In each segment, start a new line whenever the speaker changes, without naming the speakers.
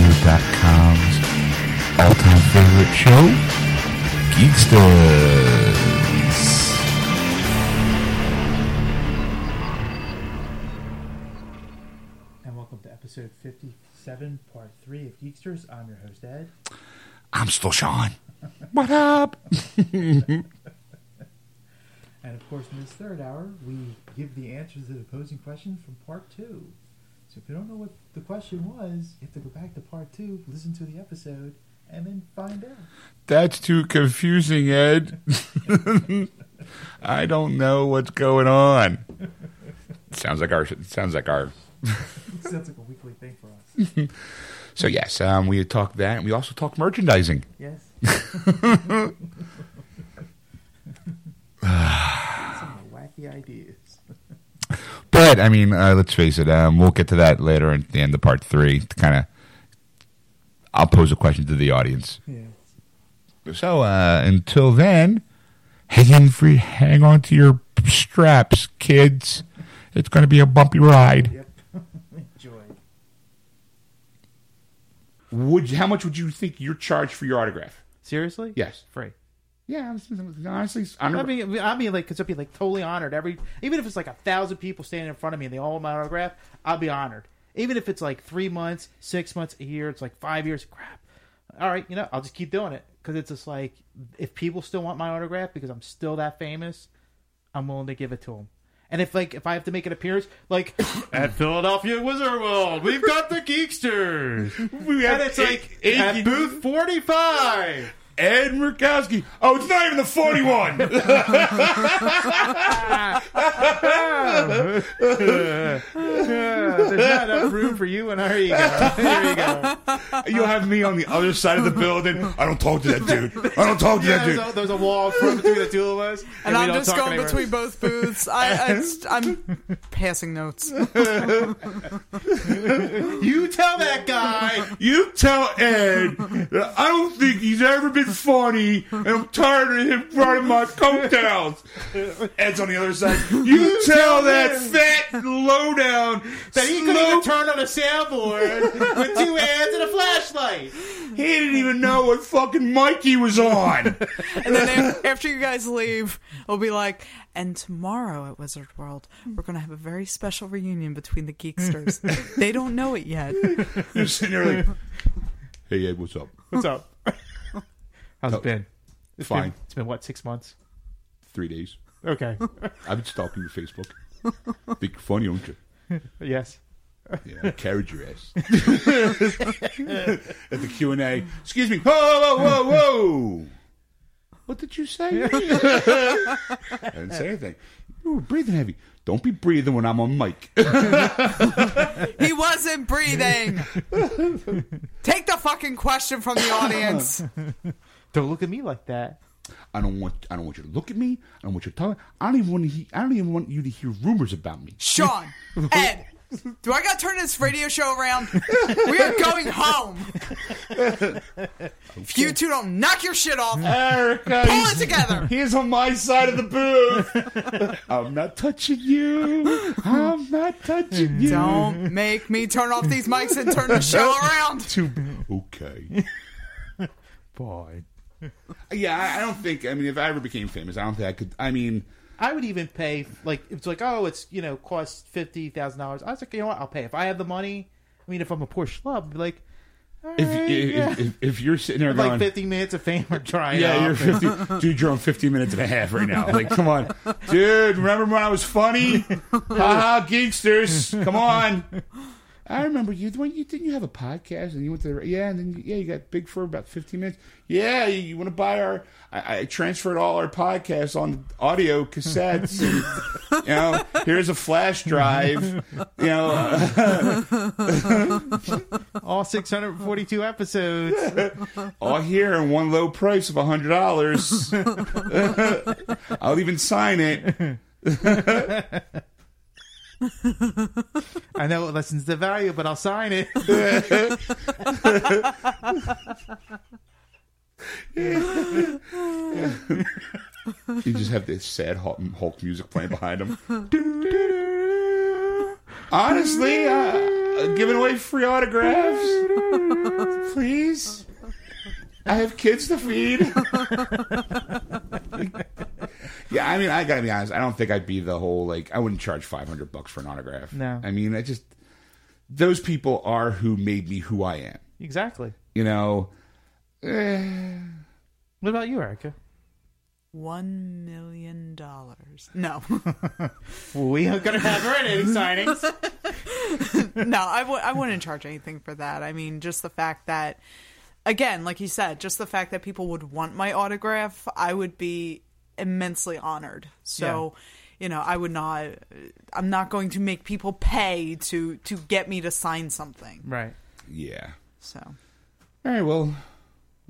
Geeksters.com's all time favorite show, Geeksters.
And welcome to episode 57, part 3 of Geeksters. I'm your host, Ed.
I'm still Sean. What up?
And of course, in this third hour, we give the answers to the posing questions from part 2. So if you don't know what the question was, you have to go back to part 2, listen to the episode, and then find out.
That's too confusing, Ed. I don't know what's going on. Sounds like our sounds like our
Sounds like a weekly thing for us.
So yes, um, we talked that, and we also talked merchandising.
Yes? Some wacky ideas.
But I mean, uh, let's face it. Um, we'll get to that later in the end of part three. To kind of, I'll pose a question to the audience.
Yeah.
So uh, until then, hang in for, hang on to your straps, kids. It's going to be a bumpy ride.
Yep. Enjoy.
Would how much would you think you're charged for your autograph?
Seriously?
Yes.
Free.
Yeah, I'm- honestly, I'm
I mean, I'd be like, because I'd be like totally honored. Every even if it's like a thousand people standing in front of me and they all want my autograph, I'll be honored. Even if it's like three months, six months, a year, it's like five years. Crap. All right, you know, I'll just keep doing it because it's just like if people still want my autograph because I'm still that famous, I'm willing to give it to them. And if like if I have to make an appearance, like at Philadelphia Wizard World, we've got the Geeksters,
we
and it's like at booth forty five.
Ed Murkowski. Oh, it's not even the 41.
There's not enough room for you and our ego. There you go.
You'll have me on the other side of the building. I don't talk to that dude. I don't talk to that
There's a, there's a wall from between the two of us, and,
And
we
I'm
don't
just
talk
going
anymore.
between both booths. I, I just- I'm passing notes.
You tell that guy.
You tell Ed that I don't think he's ever been funny, and I'm tired of him running my coattails. Ed's on the other side. You tell that fat lowdown
That he could even turn on a soundboard with two hands and a flashlight.
he didn't even know what fucking Mikey was on.
And then a- after you guys leave, I'll be like, and tomorrow at Wizard World, we're going to have a very special reunion between the Geeksters. they don't know it yet.
You're sitting there like, hey Ed, what's up?
What's up? How's it been? It's
Oh, Fine.
Been, it's been what six months?
Three days.
Okay.
I've been stalking your Facebook. Think you're funny, don't you?
yes.
Yeah, I carried your ass at the Q and A. Excuse me. Whoa, whoa, whoa, whoa! What did you say? I didn't say anything. You were breathing heavy. Don't be breathing when I'm on mic.
He wasn't breathing. Take the fucking question from the audience.
Don't look at me like that.
I don't want. I don't want you to look at me. I don't want you to talk. I don't even want. To he, I don't even want you to hear rumors about me.
Sean, Ed, do I got to turn this radio show around? We are going home. If you two don't knock your shit off, pull
Erica,
it together.
He's on my side of the booth. I'm not touching you. I'm not touching you.
Don't make me turn off these mics and turn the show around.
Okay.
Boy.
Yeah, I, I don't think. I mean, if I ever became famous, I don't think I could. I mean,
I would even pay like it's like oh it's you know costs fifty thousand dollars. I was like you know what I'll pay if I have the money. I mean if I'm a poor schlub, I'd be like all
if
right,
if,
yeah.
if, if, you're sitting there
like
going,
fifty minutes of fame or trying.
yeah,
out.
you're 50, dude, you're on 15 minutes and a half right now. Like, come on, dude. Remember when I was funny? Haha, geeksters. Come on. I remember you. When you didn't you have a podcast and you went to the yeah, and then yeah, you got big for about 15 minutes. Yeah, you, you want to buy our? I, I transferred all our podcasts on audio cassettes. and, you know, here's a flash drive. You know.
all 642 episodes.
all here in one low price of hundred dollars. I'll even sign it.
I know it lessens the value, but I'll sign it.
You just have this sad Hulk, Hulk music playing behind him. Honestly, uh, giving away free autographs. I have kids to feed. yeah, I mean, I gotta be honest. I don't think I'd be the whole like. I wouldn't charge five hundred bucks for an autograph.
No.
I mean, I just those people are who made me who I am.
Exactly.
You know, Eh.
What about you, Erica?
One million dollars. No,
We are going to have her at any signings.
no, I w- I wouldn't charge anything for that. I mean, just the fact that, again, like you said, just the fact that people would want my autograph, I would be immensely honored. So, you know, I would not. I'm not going to make people pay to to get me to sign something.
Right.
yeah.
So.
All right, well,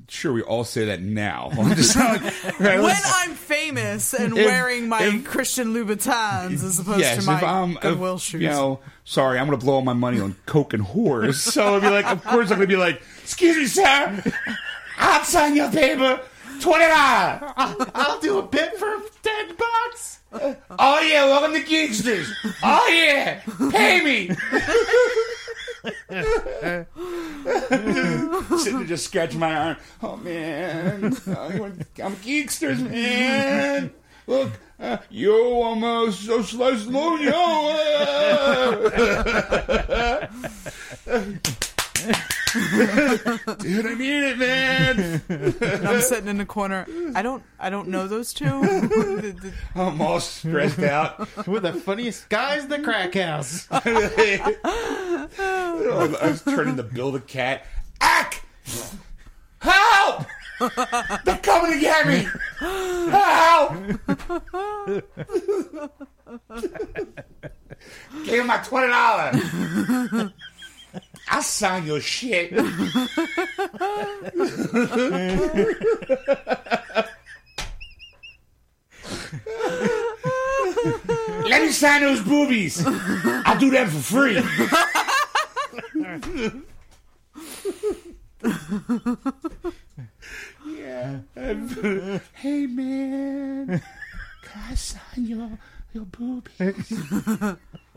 sure, we all say that now. I'm just like, right,
when
let's-
I'm famous and
If-
wearing my
if-
Christian Louboutins as opposed
yes,
to my
if I'm, if,
Goodwill shoes.
you know, sorry, I'm going to blow all my money on coke and whores. So it'd be like, of course, I'm going to be like, excuse me, sir, I'll sign your paper. Twenty dollars.
I'll do a bit for 10 bucks.
Oh yeah, welcome to Geeksters. Oh yeah, pay me. Sitting there just scratching my arm. Oh man, I'm Geeksters, man. Look, uh, yo, I'm uh, so slow, slow, yo. uh. Dude, I mean it, man.
And I'm sitting in the corner. I don't I don't know those two. The- the-
I'm all stressed out.
We're the funniest guys in the crack house.
I was turning to build a cat. Ack! Help! They're coming to get me! Help! Give me my twenty dollars. I'll sign your shit. Let me sign those boobies. I'll do that for free. yeah. hey man, can I sign your your boobies?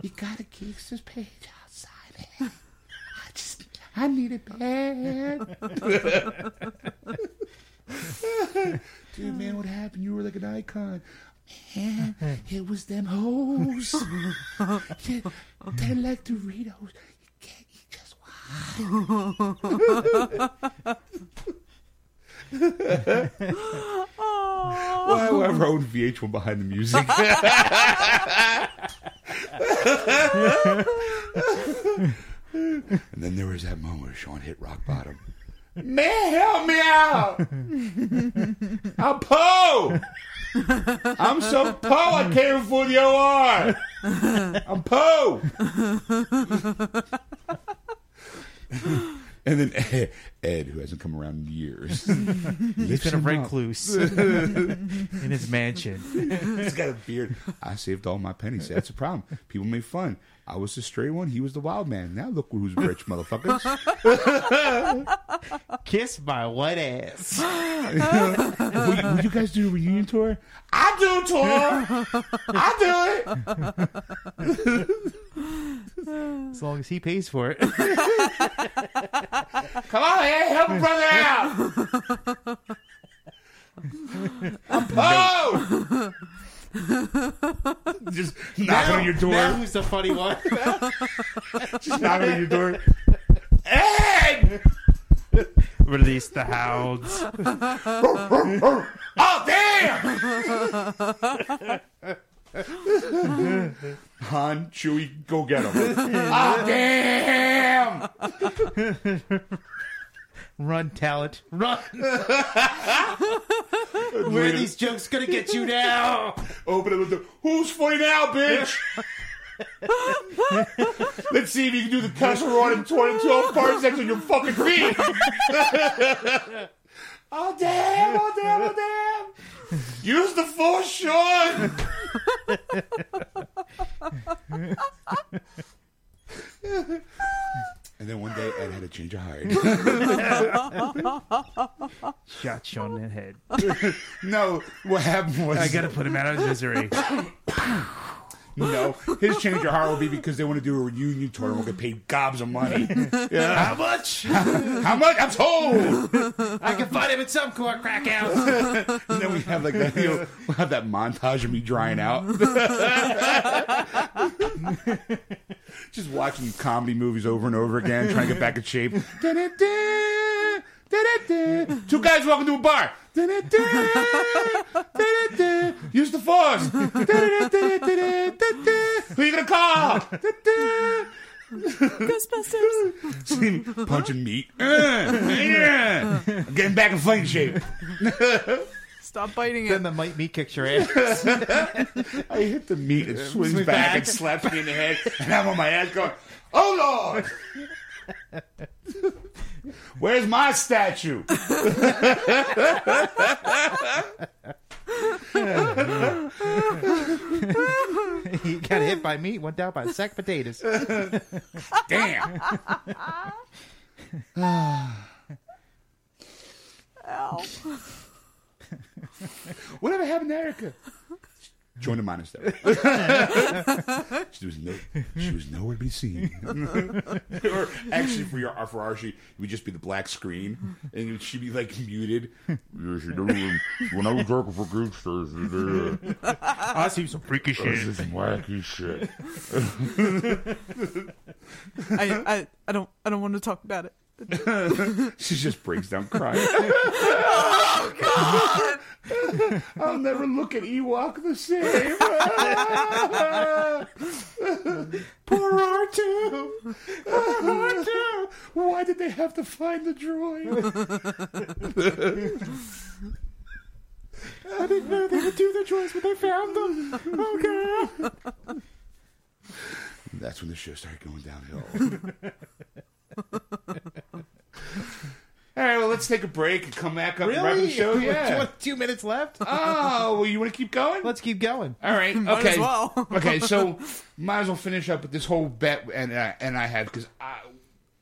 you got a geekster's page outside it. I just I need a bad. Dude, man, what happened? You were like an icon. Man, it was them hoes. they, they like Doritos. You can't eat just one.
oh.
Why do I have our own VH1 behind the music? and then there was that moment where Sean hit rock bottom. Man, help me out! I'm Poe! I'm so Poe I came for the OR! I'm Poe! and then Ed, Ed, who hasn't come around in years,
He's been a recluse in his mansion.
He's got a beard. I saved all my pennies. That's the problem. People made fun. I was the stray one. He was the wild man. Now look who's rich, motherfuckers.
Kiss my wet ass.
will, you, will you guys do a reunion tour? I do tour. I do it.
As long as he pays for it.
Come on, Ed, help a brother out. I'm Poe. Just knock on your door.
Now who's the funny one?
Just knock on your door. Ed!
Release the hounds.
Oh damn! Han, Chewie, go get him! oh damn!
Run, talent. Run. Where are these jokes going to get you now?
Open up the door. Who's funny now, bitch? Let's see if you can do the casserole in 12 parsecs on your fucking feet. oh damn! Oh damn! Oh damn! Use the force, Sean. and then one day, Ed had a change of heart.
Shot Sean in the head.
No, what happened was
I gotta put him out of his misery.
No, his change of heart will be because they want to do a reunion tour and we'll get paid gobs of money. Yeah.
How much?
How much? I'm told.
I can find him at some court crack house.
And then we have like that. You know, we'll have that montage of me drying out. Just watching comedy movies over and over again, trying to get back in shape. Da-da-da, da-da-da. Two guys walking to a bar. Da-da-da, da-da-da. Use the force. Da-da-da, da-da-da, da-da. Who you gonna call? Da-da.
Ghostbusters.
See me punching meat. Uh, yeah. I'm getting back in fighting shape.
Stop biting
then
it.
the might me kicks your ass.
I hit the meat and swings back, and slaps me in the head, and I'm on my ass going, "Oh Lord, where's my statue?"
he got hit by meat, went down by a sack of potatoes.
Damn.
Ow.
Whatever happened to Erica? Joined a monastery. she was no, she was nowhere to be seen. or actually, for your for Archie, it would just be the black screen, and she'd be like muted.
Yes, you do. When I was working for Goopsters, you did.
I see some freaky
uh,
That was just wacky shit.
I, I, I don't I don't want to talk about it.
She just breaks down crying. I'll never look at Ewok the same. Poor R2. R2. Why did they have to find the droid? I didn't know they would do the droids, but they found them. Oh, God. That's when the show started going downhill. All right, well, let's take a break and come back up and wrap the show. Yeah.
Two minutes left?
Oh, well, you want to keep going?
Let's keep going.
All right. Okay.
Might as well.
okay. So might as well finish up with this whole bet and uh, and I have because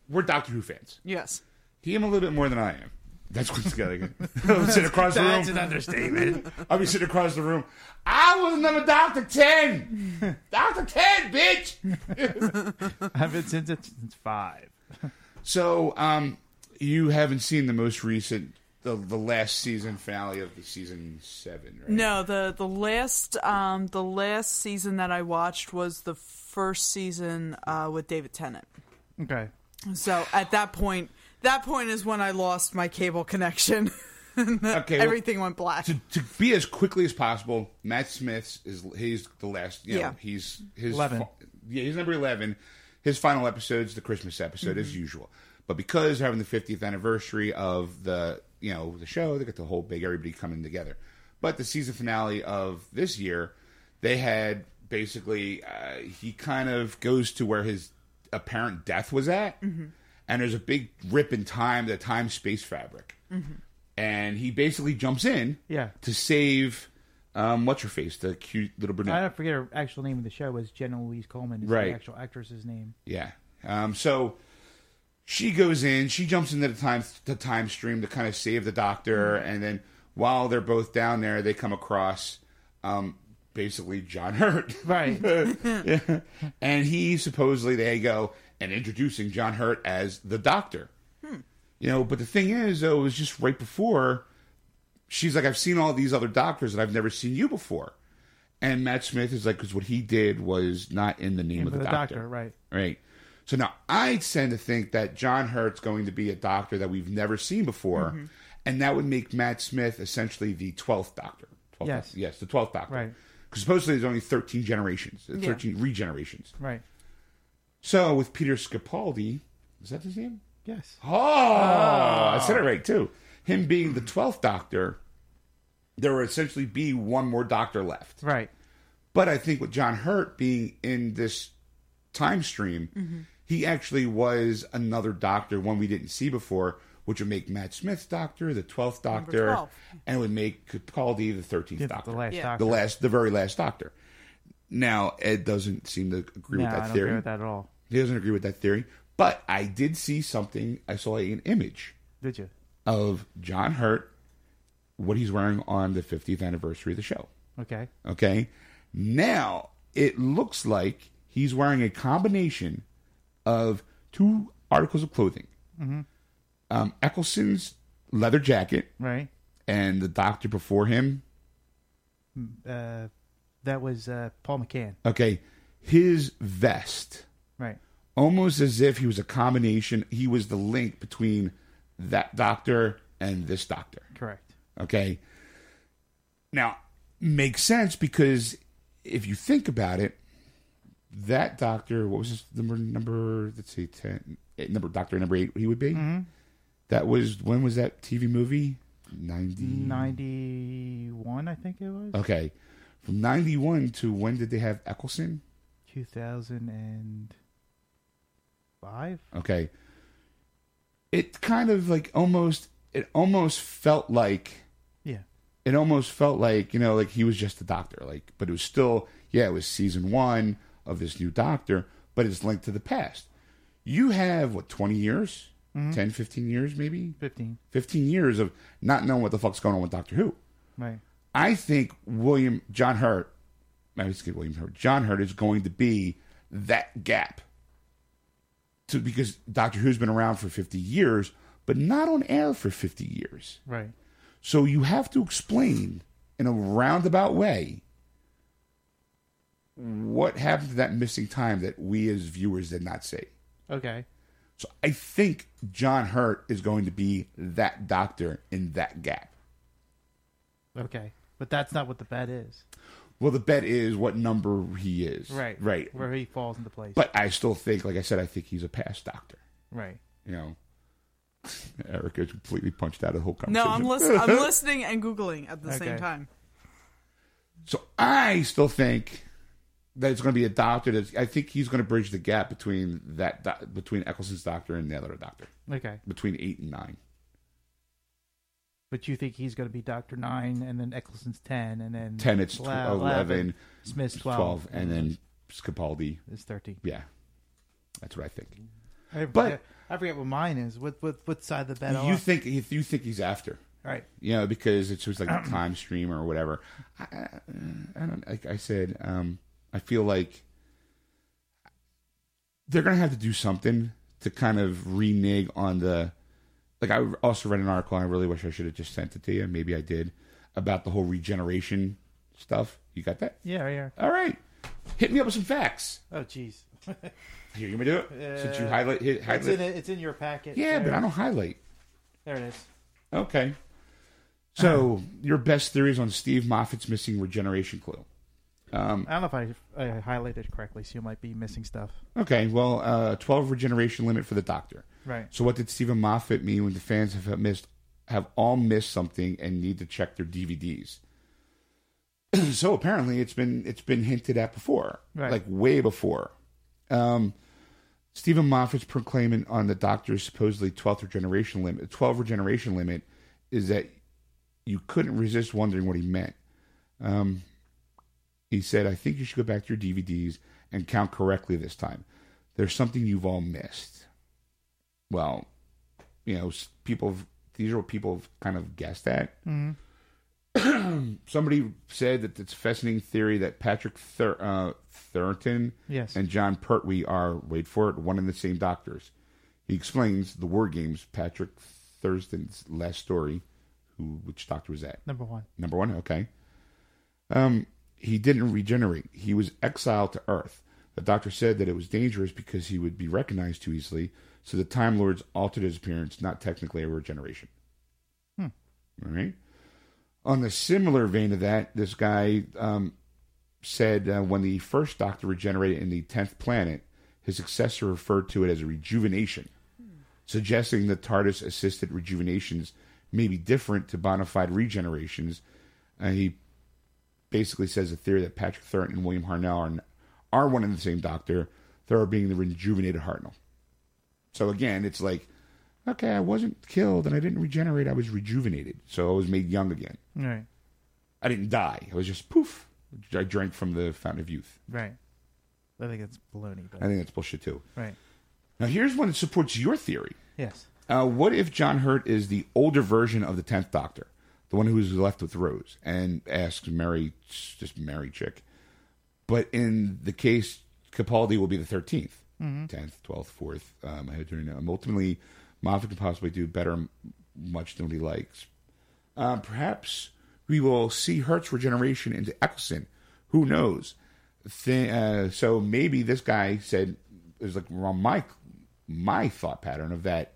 we're Doctor Who fans.
Yes.
He am a little bit more than I am. That's what's got to I'm sitting across the room.
understatement.
I'll be sitting across the room. I was number Doctor Ten. Doctor Ten, bitch.
I've been since it's since five.
So um, you haven't seen the most recent. The, the last season finale of the season seven, right?
No, the the last um the last season that I watched was the first season uh, with David Tennant.
Okay.
So at that point, that point is when I lost my cable connection.
Okay, well-
Everything went black.
to, to be as quickly as possible, Matt Smith's is he's the last. You know,
Yeah.
he's his
11.
fi- yeah, he's number eleven. His final episode's the Christmas episode as usual, but because they're having the fiftieth anniversary of the you know the show, they got the whole big everybody coming together. But the season finale of this year, they had basically uh, he kind of goes to where his apparent death was at, and there's a big rip in time, the time space fabric. And he basically jumps in
Yeah.
to save um, what's her face, the cute little brunette.
I don't forget her actual name of the show was Jenna Louise Coleman. Is
Right.
The actual actress's name.
Yeah. Um, so she goes in. She jumps into the time the time stream to kind of save the doctor,
Mm-hmm.
and then while they're both down there, they come across um, basically John Hurt,
Right.
and he supposedly they go and introducing John Hurt as the doctor. You know, but the thing is, though, it was just right before. She's like, I've seen all these other doctors, and I've never seen you before. And Matt Smith is like, because what he did was not in the name,
For
of the, doctor
right.
right? So now I tend to think that John Hurt's going to be a doctor that we've never seen before, and that would make Matt Smith essentially the twelfth Doctor. 12th
Yes.
Doctor. yes, the twelfth Doctor.
Right.
Because supposedly there's only thirteen generations, uh, thirteen regenerations.
Right.
So with Peter Capaldi, is that his name?
Yes.
Oh, I said it right too. Him being the twelfth Doctor, there would essentially be one more Doctor left.
Right.
But I think with John Hurt being in this time stream, he actually was another doctor, one we didn't see before, which would make Matt Smith's doctor the 12th doctor,
12.
and would make Capaldi the 13th doctor.
The last
Yeah.
doctor.
the last, the very last doctor. Now, Ed doesn't seem to agree
no,
with
I
that
don't
theory.
agree with that at all.
He doesn't agree with that theory. But I did see something. I saw an image
Did you?
of John Hurt, what he's wearing on the 50th anniversary of the show.
Okay.
Okay. Now it looks like he's wearing a combination of two articles of clothing um, Eccleston's leather jacket
right?
and the doctor before him.
Uh, that was uh, Paul McCann,
Okay, his vest.
right?
almost as if he was a combination. He was the link between that doctor and this doctor.
Correct.
Okay. Now, makes sense because if you think about it, that doctor, what was his number? Number, let's see, 10, eh, number, doctor number eight, he would be. That was, when was that TV movie? 90.
Mm. Ninety-one, I think it was.
Okay. From 91 to when did they have Eccleston?
Two thousand and five.
Okay. It kind of like almost it almost felt like
Yeah.
it almost felt like, you know, like he was just a doctor, like but it was still yeah, it was season 1 of this new doctor, but it's linked to the past. You have what 20 years? ten, fifteen 10, 15 years maybe?
15
15 years of not knowing what the fuck's going on with Doctor Who.
right
I think William John Hurt, I was good William Hurt. John Hurt is going to be that gap. To because Doctor Who's been around for 50 years, but not on air for 50 years.
right
So you have to explain in a roundabout way what happened to that missing time that we as viewers did not see.
okay
So I think John Hurt is going to be that doctor in that gap.
okay but that's not what the bet is
Well, the bet is what number he is. Right.
where he falls into place
But I still think, like I said, I think he's a past doctor.
right
You know, Erica's completely punched out of the whole
No,
conversation.
I'm listening. I'm listening and googling at the
Okay.
same time.
So I still think that it's going to be a doctor. That's, I think he's going to bridge the gap between that do- between Eccleston's doctor and the other doctor,
okay
between eight and nine.
but you think he's going to be dr 9 and then eccleston's 10 and then
Ten, it's tw-
La-
eleven,
smith's 12,
twelve, and then Capaldi.
is 13
Yeah, that's what I think.
I,
But-
I, forget what mine is what what, what side of the bet I'm
You
on.
think you think he's after?
right
you know, because it's just like a time stream or whatever. I, I, I don't. Like I said, um, I feel like they're gonna have to do something to kind of renege on the. Like I also read an article. and I really wish I should have just sent it to you. Maybe I did about the whole regeneration stuff. You got that?
yeah yeah
All right. Hit me up with some facts.
oh jeez
Here, you want me to do it? Since you highlight, hit,
it's in
highlight.
it, it's in your packet
Yeah, but
there,
I don't highlight.
there it is
Okay. So your best theories on Steve Moffat's missing regeneration clue. Um,
i don't know if i, I highlighted it correctly so you might be missing stuff
Okay, well, uh, 12 regeneration limit for the Doctor.
Right.
So what did Stephen Moffat mean when the fans have missed, have all missed something and need to check their DVDs? so apparently, it's been it's been hinted at before,
Right.
like way before. Um, Stephen Moffat's proclaiming on the Doctor's supposedly 12th regeneration limit, 12 regeneration limit, is that you couldn't resist wondering what he meant. Um, he said, I think you should go back to your DVDs and count correctly this time. There's something you've all missed. Well, you know, s- people, have- these are what people have kind of guessed at. Somebody said that it's a fascinating theory that Patrick Thur- uh, Thurton
Yes.
and John Pertwee are, wait for it, one and the same doctors. He explains the War Games, Patrick Thurston's last story, who which doctor was that?
number one
Number one, okay. Um, he didn't regenerate. He was exiled to Earth. The doctor said that it was dangerous because he would be recognized too easily, so the Time Lords altered his appearance, not technically a regeneration. All right. On a similar vein of that, this guy um, said uh, when the first doctor regenerated in the 10th planet, his successor referred to it as a rejuvenation, suggesting that TARDIS assisted rejuvenations may be different to bona fide regenerations. Uh, he basically says a theory that Patrick Thornton and William Harnell are, are one and the same doctor, Thorough being the rejuvenated Hartnell. So again, it's like, okay, I wasn't killed and I didn't regenerate. I was rejuvenated. So I was made young again.
right
I didn't die. I was just poof. I drank from the fountain of youth.
right i think it's baloney
I
but
think that's bullshit too.
right
Now here's one that supports your theory.
yes
Uh, what if John Hurt is the older version of the Tenth Doctor, the one who was left with Rose, and asks Mary, just Mary chick, But in the case, Capaldi will be the 13th, 10th, 12th, 4th. Um, I don't know. Um, ultimately, Moffat can possibly do better m- much than what he likes. Uh, perhaps we will see Hertz regeneration into Eccleston. Who knows? Th- uh, so maybe this guy said is like well, my my thought pattern of that.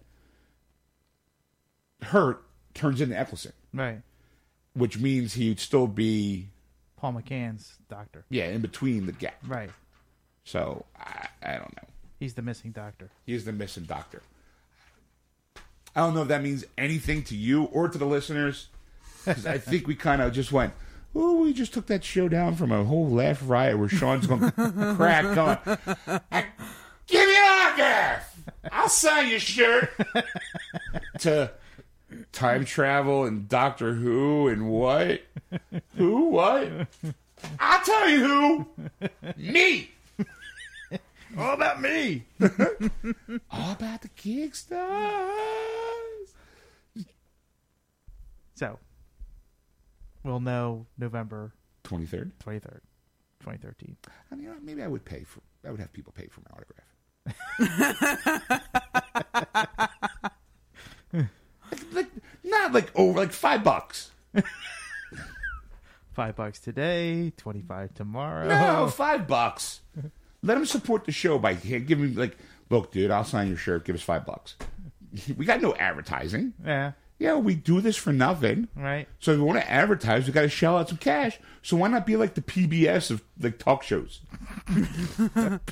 Hurt turns into Eccleston,
Right.
which means he'd still be
Paul McCann's doctor.
yeah in between the gap.
Right.
So I, I don't know.
He's the missing doctor.
He's the missing doctor. I don't know if that means anything to you or to the listeners, 'cause I think we kind of just went, oh, we just took that show down from a whole laugh riot where Sean's going to crack going, "I- give me an autograph! I'll sign your shirt! to time travel and Doctor Who and what? Who, what? I'll tell you who! Me!
All about me.
All about the Kickstars!
So we'll know November
Twenty third.
twenty third, twenty thirteen.
I mean, you know, maybe I would pay for. I would have people pay for my autograph. like, like, not like over like five bucks.
Five bucks today, twenty five tomorrow.
No, five bucks. Let them support the show by here, giving me like, look, dude, I'll sign your shirt. Give us five bucks. We got no advertising.
Yeah.
Yeah, we do this for nothing.
Right.
So if we want to advertise, we got to shell out some cash. So why not be like the PBS of like talk shows?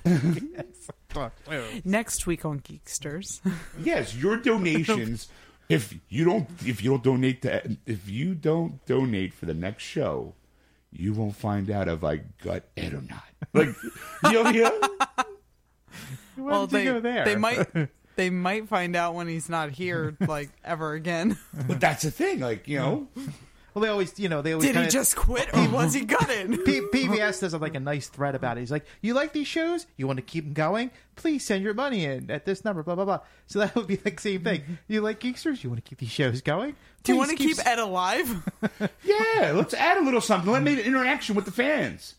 Fuck.
Next week on Geeksters.
Yes, your donations. if you don't, if you don't donate to, if you don't donate for the next show, you won't find out if I got it or not. Like, you know, you know?
Why
well,
did you
they,
go there?
they might they might find out when he's not here, like ever again.
but that's the thing. Like, you know,
Well, they always, you know, they always.
Did he
kinda-
just quit or was he gutted?
P- PBS does like a nice thread about it. He's like, "You like these shows? You want to keep them going? Please send your money in at this number." Blah blah blah. So that would be like same thing. You like Geeksters? You want to keep these shows going?
Mm-hmm. Do you
Please
want to keep
s-
Ed alive?
yeah, let's add a little something. Let me interaction with the fans.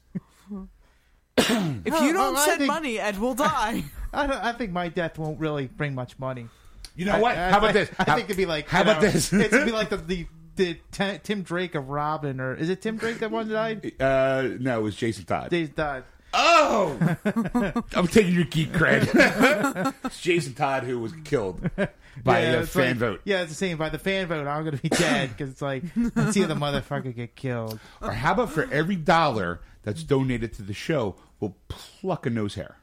If you don't
well, I
send
think-
money, Ed will die.
I, don't, I think my death won't really bring much money.
You know what? How
I
about
think-
this?
I
How-
think it'd be like.
How
you
about
know,
this?
it'd be like the the, the Ti- Tim Drake of Robin, or is it Tim Drake that one died?
uh, no, it was Jason Todd.
They died.
Oh, I'm taking your geek cred. it's Jason Todd who was killed by a
it's
fan
like-
vote.
Yeah, it's the same. By the fan vote, I'm gonna be dead because it's like let's see the motherfucker get killed.
Or how about for every dollar that's donated to the show, we'll pluck a nose hair.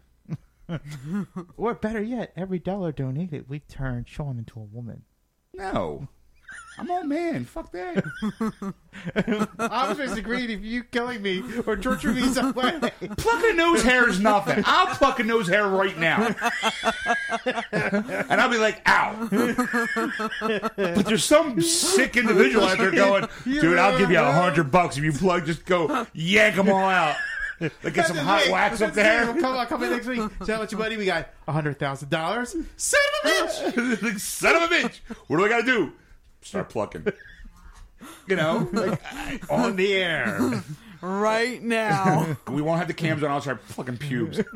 Or better yet, every dollar donated, we turn Sean into a woman.
No. I'm all man. Fuck that.
I was just agreeing if you killing me or torturing me some way.
Pluck a nose hair is nothing. I'll pluck a nose hair right now. and I'll be like, ow. but there's some sick individual out there going, dude, I'll give you a hundred bucks if you plug, just go yank them all out. Like get some hot wax up there.
Come on, come in next week. So how much money we got? hundred thousand dollars.
Son of a bitch! Like, Son of a bitch! What do I gotta do? Start plucking. You know, like, on the air.
right now.
We won't have the cams on. I'll start plucking pubes.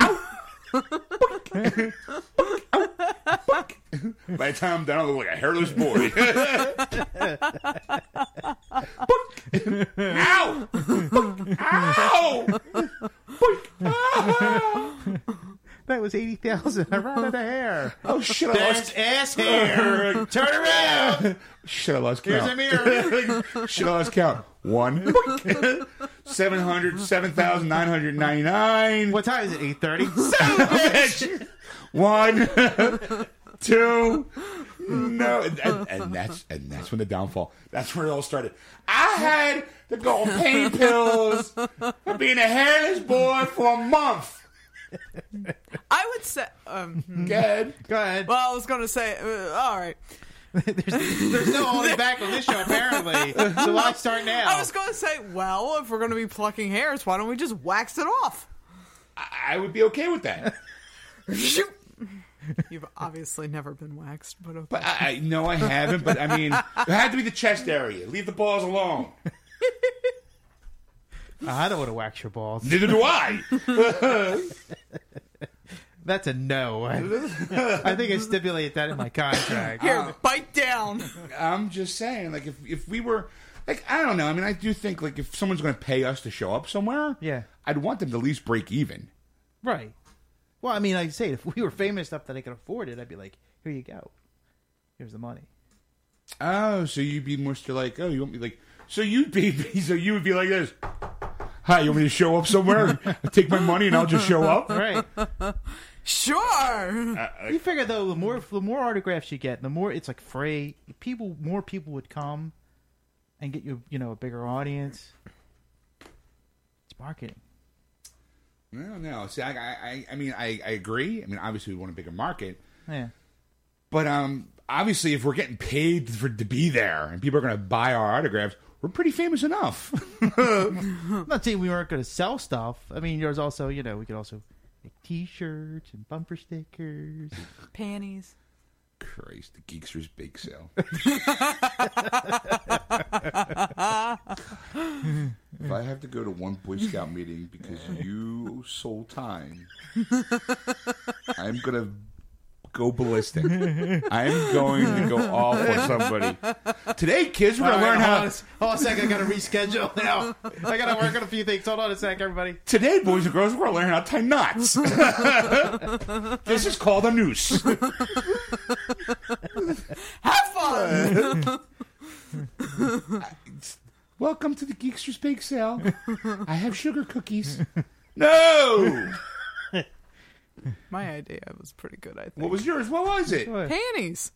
By the time I'm done, I look like a hairless boy. Ow! Ow! Ah!
That was eighty thousand. I ran out of hair.
Oh shit! I lost.
ass hair.
Turn around! Shit, I lost count.
Here's a mirror.
Shit, I lost count. One. 700, 7,999.
What time is it? Eight thirty.
bitch? One. Two. No. And, and- and that's and that's when the downfall. That's where it all started. I had to go on pain pills for being a hairless boy for a month.
I would say. Um, hmm.
Good.
Go ahead.
well, I was going to say. Uh, all right.
There's no holding back on this show apparently. So why start now?
I was going to say. Well, if we're going to be plucking hairs, why don't we just wax it off?
I, I would be okay with that.
Shoot. You've obviously never been waxed, but okay.
But I, I no, I haven't. But I mean, it had to be the chest area. Leave the balls alone.
I don't want to wax your balls.
Neither do I.
That's a no. I, I think I stipulate that in my contract.
Here, Uh, bite down.
I'm just saying, like if if we were, like I don't know. I mean, I do think like if someone's going to pay us to show up somewhere,
Yeah.
I'd want them to at least break even.
Right. Well, I mean, like I say, if we were famous enough that I could afford it, I'd be like, here you go. Here's the money.
Oh, so you'd be more still like, oh, you want me like, so you'd be, so you would be like this. Hi, you want me to show up somewhere? Take my money and I'll just show up.
Right.
Sure.
you figure though, the more the more autographs you get, the more it's like free. People, more people would come, and get you, you know, a bigger audience. It's marketing.
I don't know. See, I, I, I mean, I, I agree. I mean, obviously, we want a bigger market,
Yeah.
but um, obviously, if we're getting paid for to be there and people are going to buy our autographs, we're pretty famous enough.
I'm not saying we weren't going to sell stuff. I mean, there's also, you know, we could also make T-shirts and bumper stickers.
Panties.
Christ, the Geekster's bake sale. if I have to go to one Boy Scout meeting because you sold time, I'm gonna go ballistic. I'm going to go off on somebody. Today, kids, we're gonna learn how.
hold, on, a second. I got to reschedule now. I got to work on a few things. Hold on a sec, everybody.
Today, boys and girls, we're gonna learn how to tie knots. this is called a noose.
Have fun.
Welcome to the Geekster's Bake Sale. I have sugar cookies. No.
My idea was pretty good, I think.
What was yours? What was it?
Panties.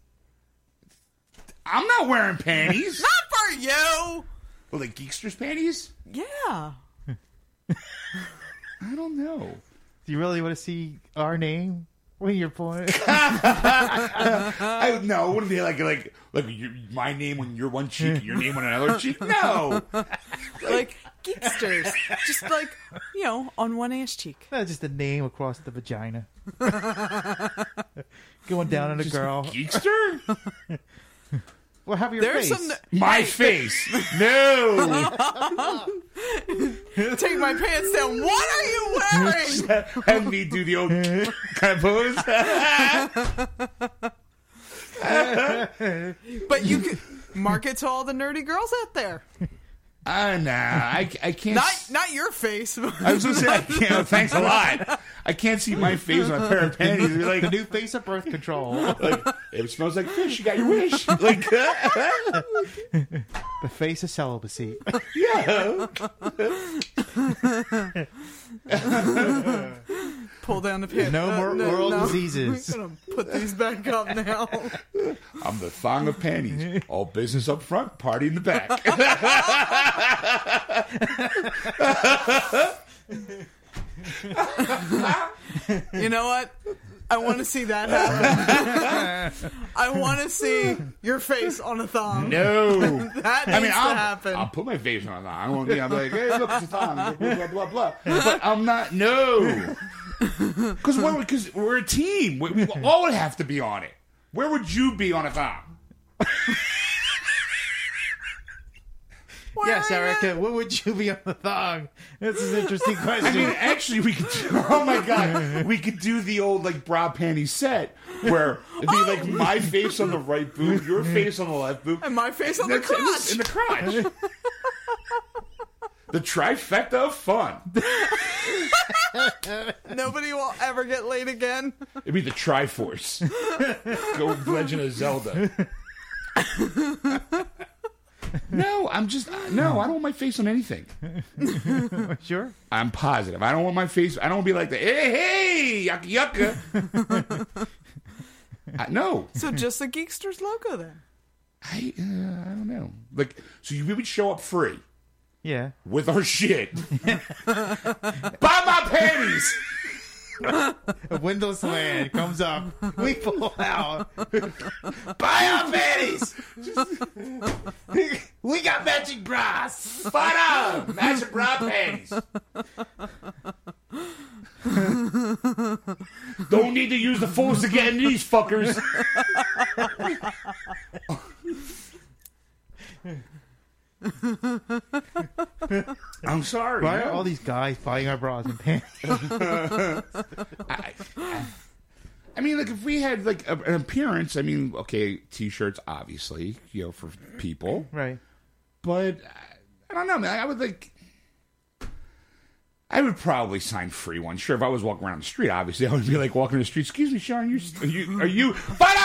I'm not wearing panties.
Not for you.
well, like geeksters panties?
Yeah.
I don't know.
Do you really want to see our name when you're playing?
I no. It wouldn't be like like like your, my name on your one cheek, and your name on another cheek. No.
Like geeksters. Just like, you know, on one ass cheek.
That's just the name across the vagina. Going down on a girl.
Geekster?
Well, have your
There's
face.
some
My face. No.
take my pants down. What are you wearing?
Have me do the old kind of pose.
But you could market to all the nerdy girls out there.
Ah, nah. I, I can't.
Not not your face.
I was gonna say I can't. Thanks a lot. I can't see my face on a pair of panties. It'd be
the
Like,
new face of birth control.
like if it smells like fish. You got your wish. Like,
the face of celibacy.
yeah.
Pull down the pants.
No
Uh,
more oral diseases.
I'm gonna put these back up now.
I'm the thong of panties. All business up front, party in the back.
You know what? I want to see that happen. I want to see your face on a thong.
No.
That needs
I mean,
to
I'll,
happen.
I'll put my face on a thong. I won't be. I'm like, hey, look, it's a thong. Blah blah blah. blah. But I'm not. No. Because we're, 'cause we're a team. We, we all would have to be on it. Where would you be on a thong?
yes, Erica. What would you be on the thong? This is an interesting question.
I mean, actually, we could. Do, oh my god, we could do the old like bra panty set where it'd be like my face on the right boob, your face on the left boob,
Oh. And my face on the
That's it.
crotch.
In the crotch. the trifecta of fun.
Nobody will ever get laid again.
It'd be the Triforce. Go with Legend of Zelda. no, I'm just no. I don't want my face on anything.
sure.
I'm positive. I don't want my face. I don't want to be like the hey hey yucka yucka. I, no,
So just the Geeksters logo then.
I uh, I don't know. Like so, you, we would show up free.
Yeah.
with our shit. Buy my panties.
A window's land comes up. We pull out.
Buy our panties.
we got matching bras.
Buy them. Matching bra panties. Don't need to use the force to get in these fuckers. I'm sorry.
Why
no.
are all these guys buying our bras and pants?
I, I mean, like if we had like a, an appearance, I mean, okay, t-shirts, obviously, you know, for people,
right.
but I, I don't know, man. I would like, I would probably sign free ones. Sure, if I was walking around the street, obviously, I would be like walking the street. Excuse me, Sean, you are you, are you five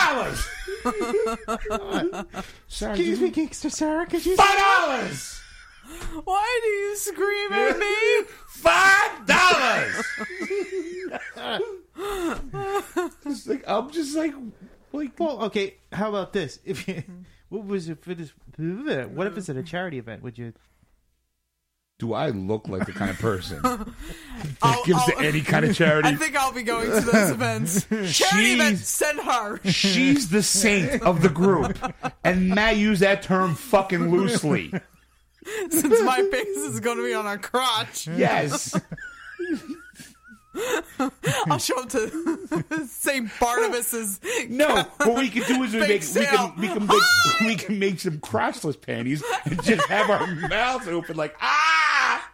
dollars? Sorry,
Excuse me,
dude.
Geekster Sarah, could you
five dollars.
Why do you scream at me?
Five dollars. It's like I'm just like like
Well, okay. How about this? If you, what was if it is what if it's at a charity event? Would you?
do I look like the kind of person that
I'll-
gives
I'll-
Oh.
to any kind of charity?
I think I'll be going to those events. Charity
Jeez.
events, send her.
She's the saint of the group, and I use that term fucking loosely.
Since my face is going to be on our crotch,
Yes,
I'll show up to St. Barnabas's.
no. What we could do is we
Big
make we
sale.
can we can make, we can make some crotchless panties and just have our mouths open like ah.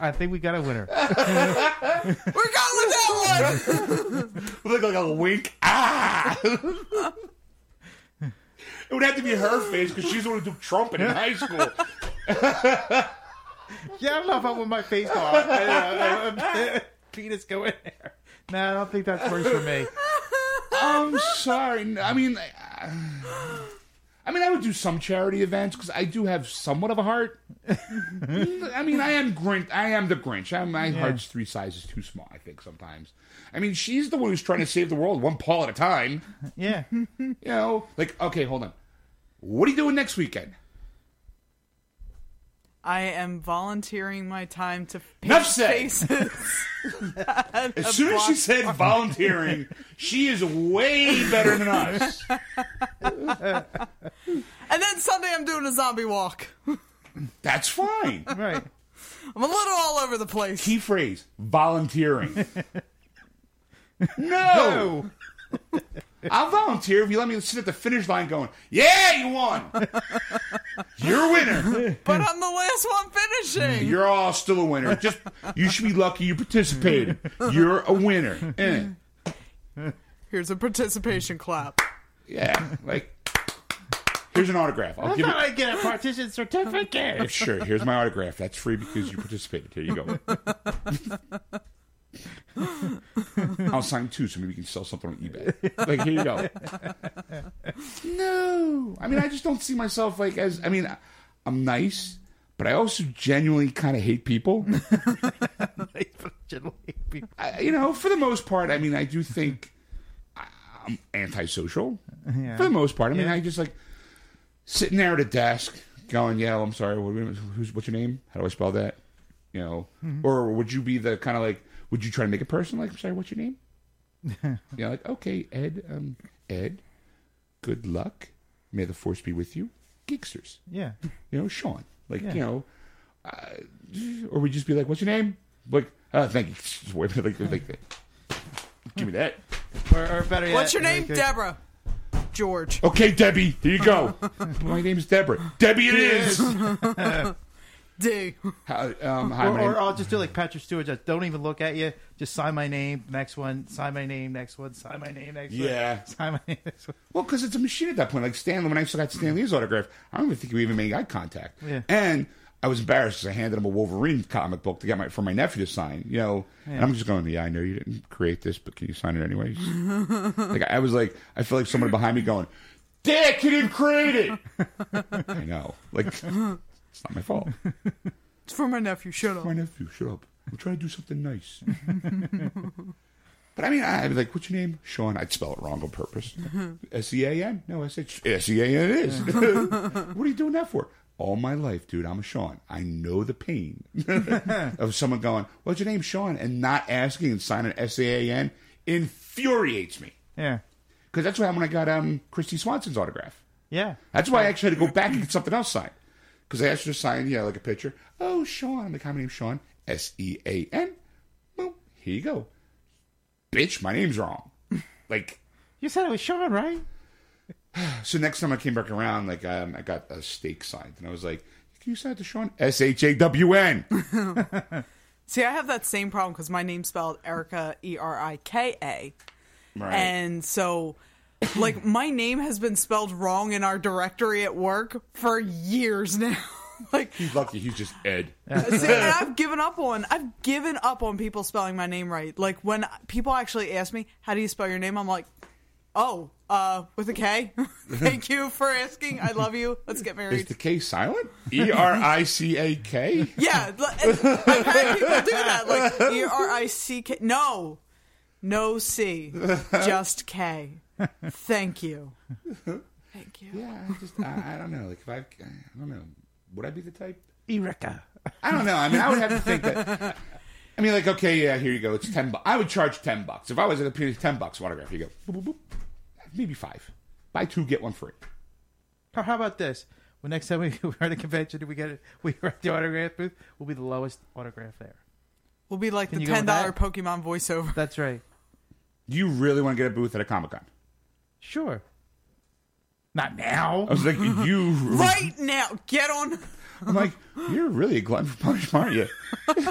I think we got a winner.
We're going with that one.
Look like a wink. Ah! it would have to be her face because she's the one who took trumpet in high school.
Yeah, I don't know if I want my face off. Penis go in there. No, I don't think that works for me.
I'm sorry. No, I mean, I, I mean, I would do some charity events because I do have somewhat of a heart. I mean, I am Grinch. I am the Grinch. I, my heart's three sizes too small. I think sometimes. I mean, she's the one who's trying to save the world one paw at a time.
Yeah.
You know, like okay, hold on. What are you doing next weekend?
I am volunteering my time to paint
Enough said.
faces. at a
As soon as she said volunteering, she is way better than us.
And then Sunday I'm doing a zombie walk.
That's fine.
Right.
I'm a little all over the place.
Key phrase volunteering. No.
Oh.
I'll volunteer if you let me sit at the finish line going, Yeah, you won. You're a winner.
But I'm the last one finishing.
You're all still a winner. Just you should be lucky you participated. You're a winner. Eh.
Here's a participation clap.
Yeah. Like here's an autograph. I'll give it
Oh, I get a partition certificate.
sure, here's my autograph. That's free because you participated. Here you go. I'll sign two, so maybe we can sell something on eBay. Like here you go. No, I mean I just don't see myself like as. I mean, I- I'm nice, but I also genuinely kind of hate people. I, you know, for the most part, I mean, I do think I- I'm antisocial. For the most part, I mean, I just like sitting there at a desk going, "Yeah, I'm sorry. What, who's what's your name? How do I spell that?" You know, or would you be the kind of like, would you try to make a person like, "I'm sorry, what's your name?" you know, like, okay, Ed, um, Ed, good luck. May the force be with you, geeksters.
Yeah.
You know, Sean. Like, you know, uh, or we'd just be like, "What's your name?" Like, uh, thank you. Just wait, like, like, give me that.
Or, or better yet,
What's your name?
okay.
Deborah. George.
Okay, Debbie, here you go. My name's Deborah. Debbie, it is.
D.
Hi, um, hi,
Or,
my name-
or I'll just do like Patrick Stewart. Just don't even look at you. Just sign my name. Next one. Sign my name. Next one. Sign my name. Next one.
Yeah.
Sign my name. Next one.
Well, because it's a machine at that point. Like Stanley, when I still got Stanley's autograph, I don't even think we even made eye contact.
Yeah.
And I was embarrassed because I handed him a Wolverine comic book to get my for my nephew to sign. You know, and I'm just going, yeah, I know you didn't create this, but can you sign it anyways? like I was like, I feel like someone behind me going, "Dick, you didn't create it." I know, like it's not my fault.
It's for my nephew. Shut up.
My nephew, shut up. I'm trying to do something nice. but I mean, I- I'd be like, what's your name? Sean. I'd spell it wrong on purpose. S E A N? No, I said S E A N it is. what are you doing that for? All my life, dude, I'm a Sean. I know the pain of someone going, what's your name, Sean? And not asking and signing S E A N infuriates me.
Yeah.
Because that's what happened when I got um, Christy Swanson's autograph.
Yeah.
That's why I actually had to go back and get something else signed. Because I asked her to sign, you know, like a picture. Oh, Sean. I'm like, hi, my name's Sean. S E A N. Boom. Here you go. Bitch, my name's wrong. Like,
You said it was Sean, right?
So next time I came back around, like um, I got a steak signed, and I was like, "Can you sign it to Sean S H A W N?"
See, I have that same problem because my name's spelled Erica E R I K A,
Right.
and so like my name has been spelled wrong in our directory at work for years now. like,
he's lucky. He's just Ed.
see, and I've given up on I've given up on people spelling my name right. Like when people actually ask me, "How do you spell your name?" I'm like, "Oh, uh, with a K." Thank you for asking. I love you. Let's get married.
Is the K silent? E R I C A K.
Yeah, l- and I've had people do that. Like E R I C K. No, no C, just K. Thank you. Thank you.
Yeah, I just I, I don't know. Like if I I don't know, would I be the type?
Erica.
I don't know. I mean, I would have to think that. I mean, like, okay, yeah, here you go. It's ten bucks. I would charge ten bucks if I was at a period ten bucks autograph. You go, boop, boop, boop. maybe five. Buy two, get one free.
Or how about this? Well, next time we we're at a convention and we get it, we are at the autograph booth, we'll be the lowest autograph there.
We'll be like the
you go
ten
with
dollar
that?
Pokemon voiceover.
That's right.
Do you really want to get a booth at a comic con?
Sure. Not now.
I was like, you.
Right now, get on.
I'm like, you're really a glutton for punishment, aren't you?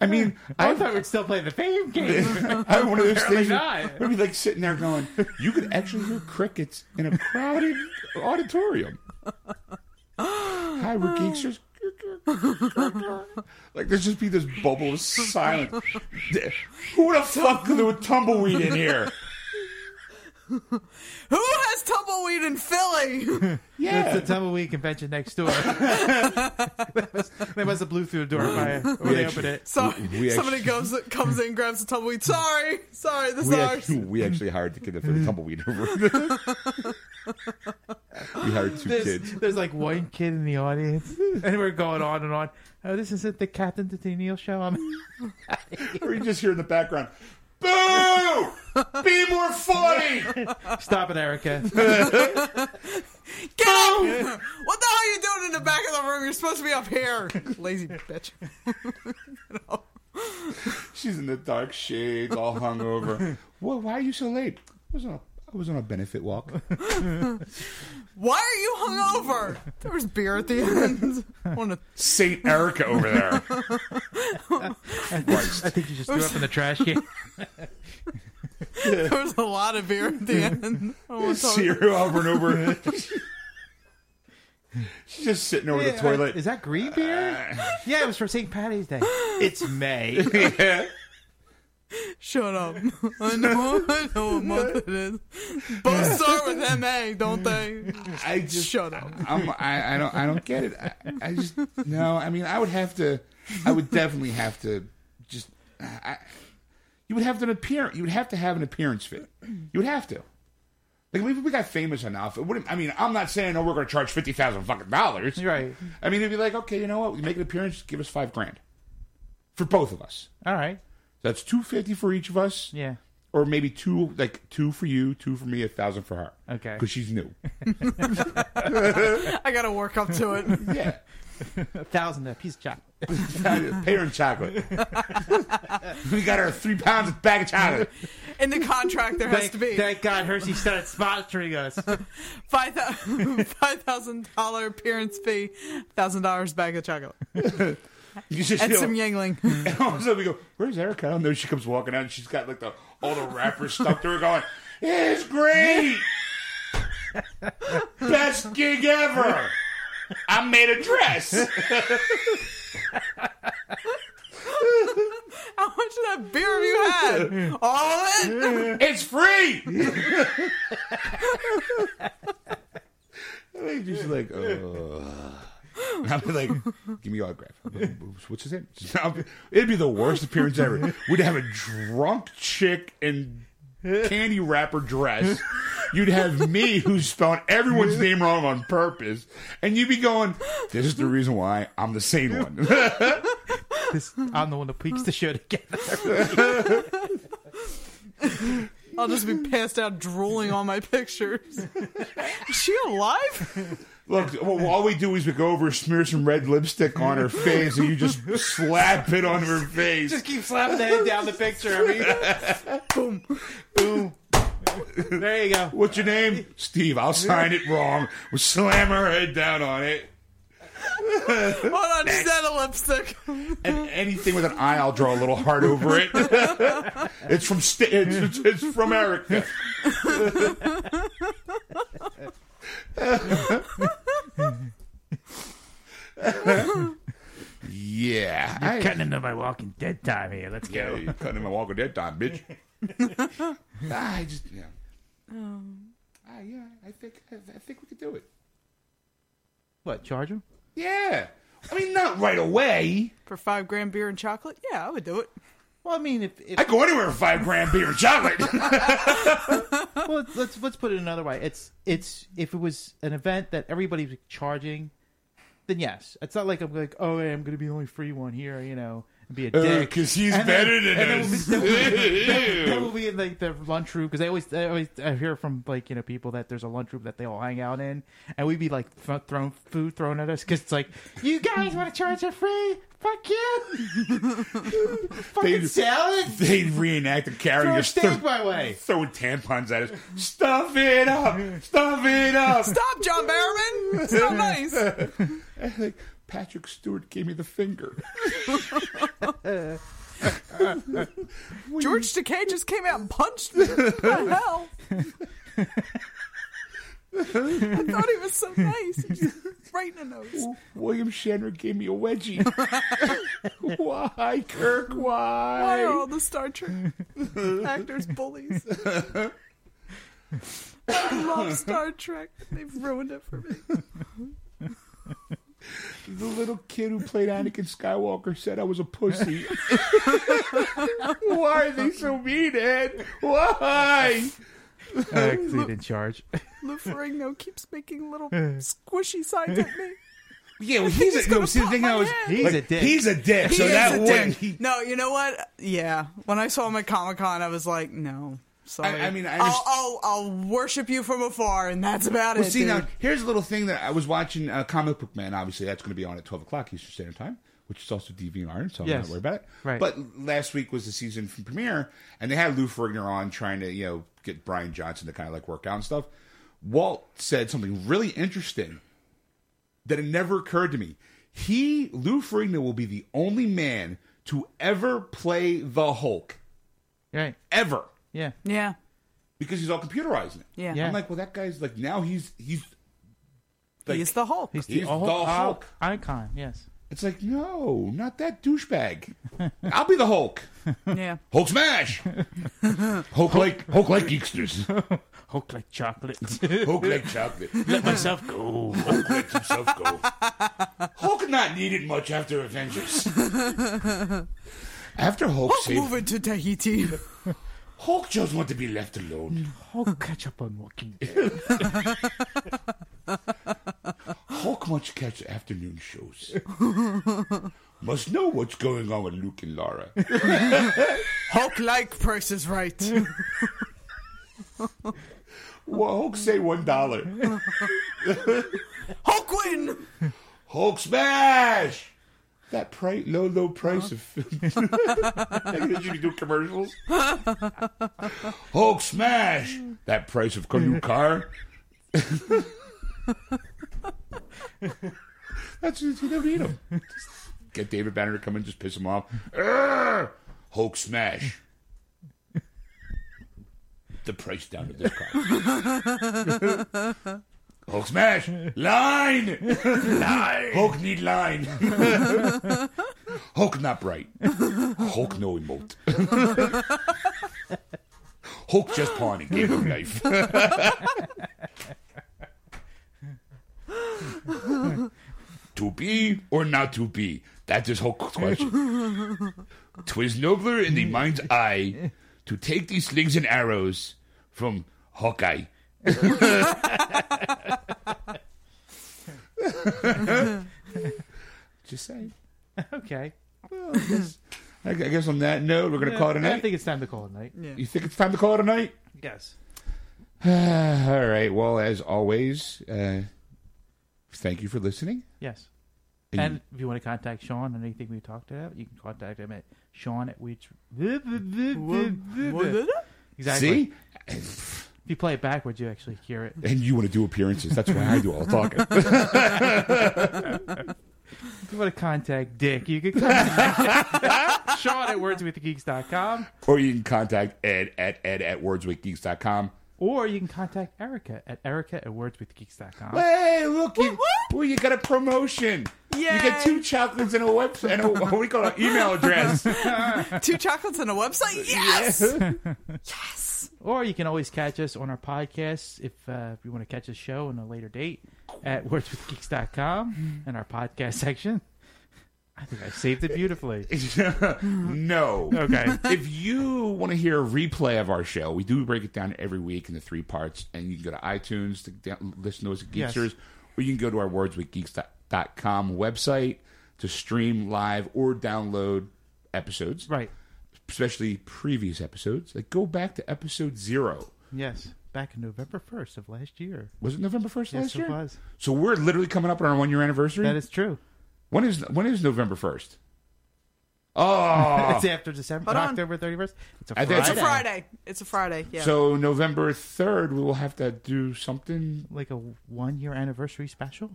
I mean,
I,
I
thought we were still playing the fame game.
I one of those things.
Apparently not.
We'd be like sitting there going, you could actually hear crickets in a crowded auditorium. Hi, we're geeksters. like there'd just be this bubble of silence. Who the fuck threw a tumbleweed in here?
Who has tumbleweed in Philly?
Yeah,
It's the Tumbleweed convention next door. they must have blew through the door by, when they opened it.
So
We- we
somebody
actually-
goes comes in, grabs the tumbleweed. Sorry, sorry, this is
we
ours.
actually, we actually hired the kid that threw the tumbleweed over. we hired two
There's,
kids.
there's like one kid in the audience, and we're going on and on. Oh, this isn't the Captain Tennille show. I'm
Or you just hear in the background, "Boo! Be more funny!"
stop it, Erica.
Get up! What the hell are you doing in the back of the room? You're supposed to be up here, lazy bitch.
She's in the dark shades, all hungover. Whoa, why are you so late? I was on a, I was on a benefit walk.
Why are you hungover? There was beer at the end. On a-
Saint Erica over there.
I think you just threw up in the trash can.
there was a lot of beer at the end. I wanna talk-
See her over and over. She's just sitting over the toilet.
Is that green beer? yeah, it was for St. Patty's Day. It's May.
Yeah.
Shut up. I know, I know what month it is. Both start with MA, don't they?
I just
Shut up.
I'm, I, I don't. I don't get it. I, I just no. I mean, I would have to. I would definitely have to just. I, you would have to appear. You would have to have an appearance fit. You would have to. Like we, we got famous enough. It wouldn't. I mean, I'm not saying oh we're going to charge fifty thousand fucking dollars.
Right.
I mean, it'd be like okay, you know what? We make an appearance. Give us five grand for both of us.
All right.
That's two fifty for each of us.
Yeah.
Or maybe two, like two for you, two for me, a thousand for her.
Okay.
Because she's new.
I gotta work up to it.
Yeah.
A thousand, a piece of chocolate.
Pay her in chocolate. we got her three pounds of bag of chocolate.
In the contract, there has
Thank,
to be
thank God Hershey started sponsoring us.
five thousand dollar appearance fee, thousand dollars bag of chocolate,
You just
and
feel-
some Yangling.
and all of a sudden we go, "Where's Erica?" I don't know. She comes walking out, and she's got like the all the wrappers stuck to her, going, "It's great, best gig ever. I made a dress."
How much of that beer have you had? All of it.
It's free. And She's like, oh. And I'll be like, give me your autograph. I'll be like, What's his name? I'll be- It'd be the worst appearance ever. We'd have a drunk chick in candy wrapper dress. You'd have me who's spelling everyone's name wrong on purpose. And you'd be going, this is the reason why I'm the same one.
This- I'm the one that peaks the show together.
I'll just be passed out drooling on my pictures. Is she alive?
Look, well, all we do is we go over, smear some red lipstick on her face, and you just slap it on her face.
Keep slapping the head down the picture. I mean,
Boom.
There you go.
What's your name? Steve. I'll sign it wrong. We'll slam her head down on it.
Hold on, is that a lipstick?
And anything with an eye, I'll draw a little heart over it. it's from St- it's, it's, it's from Eric. yeah, I-
Cutting into my Walking Dead time here. Let's go.
yeah, you're cutting my Walking Dead time, bitch. I just yeah.
Um.
Ah, yeah, I think I, I think we could do it.
What? Charge him?
Yeah, I mean not right away.
For five grand beer and chocolate? Yeah, I would do it.
Well, I mean, if, if
I go anywhere for five grand beer and chocolate.
well, let's let's put it another way. It's it's if it was an event that everybody was charging, then yes. It's not like I'm like, oh, hey, I'm going to be the only free one here, you know, and be a dick.
Because he's
And
better
then-
than
and then
us.
we'll That
Ew.
will be in like the lunchroom because I always, I always I hear from like you know people that there's a lunchroom that they all hang out in, and we'd be like th- thrown food thrown at us because it's like you guys want to charge for free? Fuck you! Fucking
They-
salad,
They reenact a
throw
character
a
just
steak my way.
throwing tampons at us. Stuff it up. Stuff it up.
Stop, John Barrowman! It's not nice.
like, Patrick Stewart gave me the finger.
George Takei just came out and punched me. What the hell? I thought he was so nice. He just right in the nose.
William Shatner gave me a wedgie. why, Kirk?
Why are all
Why?
the Star Trek actors bullies? I love Star Trek. They've ruined it for me.
The little kid who played Anakin Skywalker said I was a pussy. why are they so mean, Ed? Why?
Actually, didn't charge.
Luferigno keeps making little squishy signs at me.
Yeah, well,
he's just a- no, gonna see, the pop thing my that was- head.
He's a dick.
He's a dick. so
He is
that
a
wouldn't.
dick. No, you know what? Yeah. When I saw him at Comic Con, I was like, no. Sorry.
I- I mean, I
will
underst-
I'll, I'll worship you from afar, and that's about
Well,
it.
see
dude.
now, here's a little thing that I was watching uh, Comic Book Man. Obviously, that's going to be on at 12 o'clock Eastern Standard Time, which is also DVR, so I'm
Yes.
not worried about it.
Right.
But last week was the season from premiere, and they had Lou Ferrigno on trying to you know get Brian Johnson to kind of like work out and stuff. Walt said something really interesting that it never occurred to me. He Lou Ferrigno will be the only man to ever play the Hulk
Right?
ever
Yeah.
Yeah.
because he's all computerizing it.
Yeah.
Yeah.
I'm like, well, that guy's like now he's he's like,
He's the Hulk.
He's the oh, Hulk.
icon. Yes.
It's like, no, not that douchebag. I'll be the Hulk.
yeah.
Hulk smash. Hulk like Hulk like geeksters.
Hulk like chocolate.
Hulk like chocolate.
Let myself go.
Hulk lets himself go. Hulk not needed much after Avengers. After Hulk,
Hulk
saved,
moving to Tahiti.
Hulk just want to be left alone.
Hulk catch up on Walking Dead.
Hulk wants to catch afternoon shows. Must know what's going on with Luke and Lara.
Hulk like Price is Right.
Well, Hulk say one dollar.
Hulk win.
Hulk smash! That price, low, low price of film. I guess you can do commercials. Hulk smash! That price of new car. That's you don't need them. Get David Banner to come and just piss him off. Arrgh! Hulk smash. The price down of this car. Hulk smash line. Line. Hulk need line. Hulk not bright. Hulk no emote. Hulk just pawning gave him life. to be or not to be? That is Hulk's question. Twas nobler in the mind's eye to take these slings and arrows from Hawkeye. Just saying.
Okay.
I I guess on that note, we're going to call it a
I
night.
think it's time to call it a night.
You think it's time to call it a night?
Yes.
All right. Well, as always, uh, thank you for listening.
Yes.
And-
And if you want to contact Sean on anything we talked about, you can contact him at Sean at which.
See?
Exactly. If you play it backwards, you actually hear it.
And you want to do appearances. That's why I do all the talking.
If you want to contact Dick, you can contact Sean at wordswithgeeks.com
or you can contact Ed at ed at wordswithgeeks.com.
or you can contact Erica at erica at wordswithgeeks.com.
Hey, look, you,
What, what?
Ooh, you got a promotion. You
Yay.
get two chocolates and a website and a, what do you call it, email address.
Two chocolates and a website? Yes!
Or you can always catch us on our podcast if, uh, if you want to catch a show on a later date at wordswithgeeks.com and our podcast section. I think I saved it beautifully.
no.
Okay.
If you want to hear a replay of our show, we do break it down every week into three parts, and you can go to iTunes to down, listen to us at
Yes.
Geeksters, or you can go to our wordswithgeeks.com website to stream live or download episodes,
Right.
especially previous episodes. Like go back to episode zero.
Yes. Back in November 1st of last year.
Was it November first
Yes,
last
it
year?
was.
So we're literally coming up on our one year anniversary.
That is true.
when is when is November first? Oh,
it's after December,
Hold on.
October 31st. It's a
I
Friday.
think
It's a Friday. It's a Friday, yeah.
so November third we will have to do something
Like a one year anniversary special.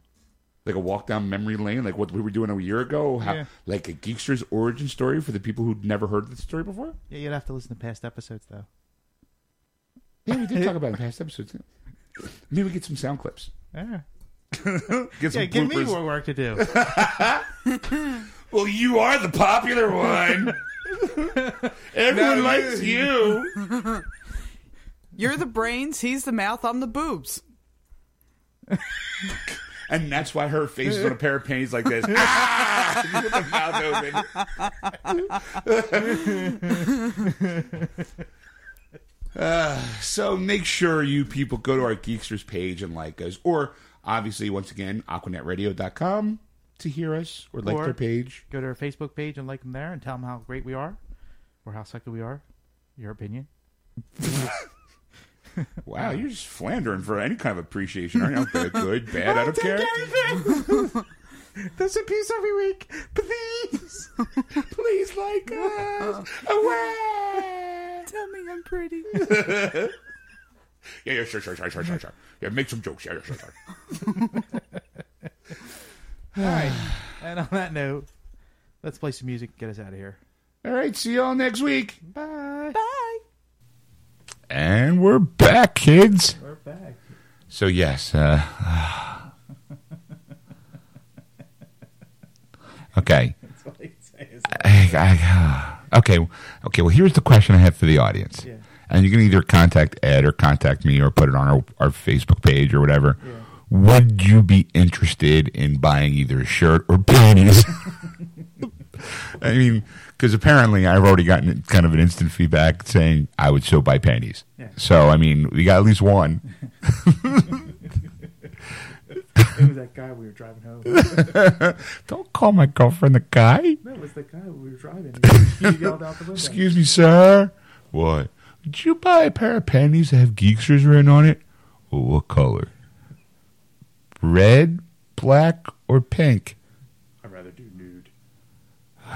like a walk down memory lane, like what we were doing a year ago, how,
Yeah.
like a geekster's origin story for the people who'd never heard the story before.
Yeah, you'd have to listen to past episodes, though.
Yeah, we did talk about it in past episodes. yeah. Maybe we get some sound clips.
Yeah,
Get some
yeah give me
bloopers.
more work to do.
Well, you are the popular one. Everyone likes you.
You're the brains, he's the mouth, I'm the boobs.
And that's why her face is on a pair of panties like this. Ah! With the mouth open. Uh, so make sure you people go to our Geeksters page and like us. Or, obviously, once again, aquanetradio.com to hear us or like
Or-
their page.
Go to our Facebook page and like them there and tell them how great we are or how sucky we are. Your opinion.
Wow, you're just flandering for any kind of appreciation, aren't you? Good, good, bad, I don't care.
There's a piece every week. Please.
Please like us. Away!
Tell me I'm pretty.
Yeah, yeah, sure, sure, sure, sure, sure, sure. Yeah, make some jokes. Yeah, yeah, sure, sure.
All right. And on that note, let's play some music. and Get us out of here.
All right, see y'all next week.
Bye.
Bye!
And we're back, kids.
We're back.
So yes. Uh, okay.
That's all I can say. Is
I- I- okay. Okay. Well, here's the question I have for the audience,
Yeah.
and you can either contact Ed or contact me or put it on our, our Facebook page or whatever. Would you be interested in buying either a shirt or panties? I mean, because apparently I've already gotten kind of an instant feedback saying I would so buy panties.
Yeah.
So I mean, we got at least one.
it was that guy we were driving home. No,
Don't call my girlfriend a guy.
it was the guy we were driving. He, he yelled out the window.
Excuse me, sir. What? Did you buy a pair of panties that have geeksters written on it? Well, what color? Red, black, or pink?
I'd rather do nude.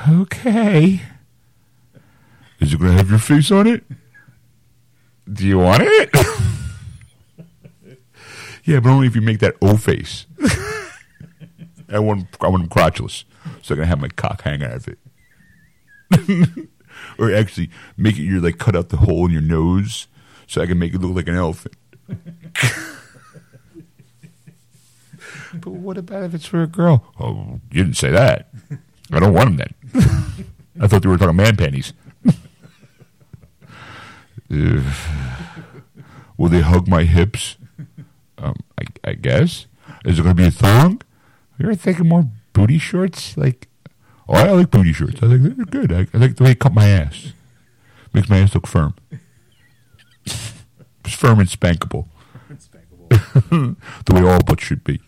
Okay. Is it going to have your face on it? Do you want it? yeah, but only if you make that O face. I want, I want them crotchless, so I can have my cock hang out of it. or actually, make it you like cut out the hole in your nose, so I can make it look like an elephant. but what about if it's for a girl? Oh, you didn't say that. I don't want them then. I thought they were talking man panties. Ugh. Will they hug my hips? Um, I, I guess. Is it going to be a thong? You ever thinking more booty shorts? Like, oh, I like booty shorts. I think they're good. I, I like the way they cut my ass. Makes my ass look firm. it's firm and spankable.
It's spankable.
the way all butts should be.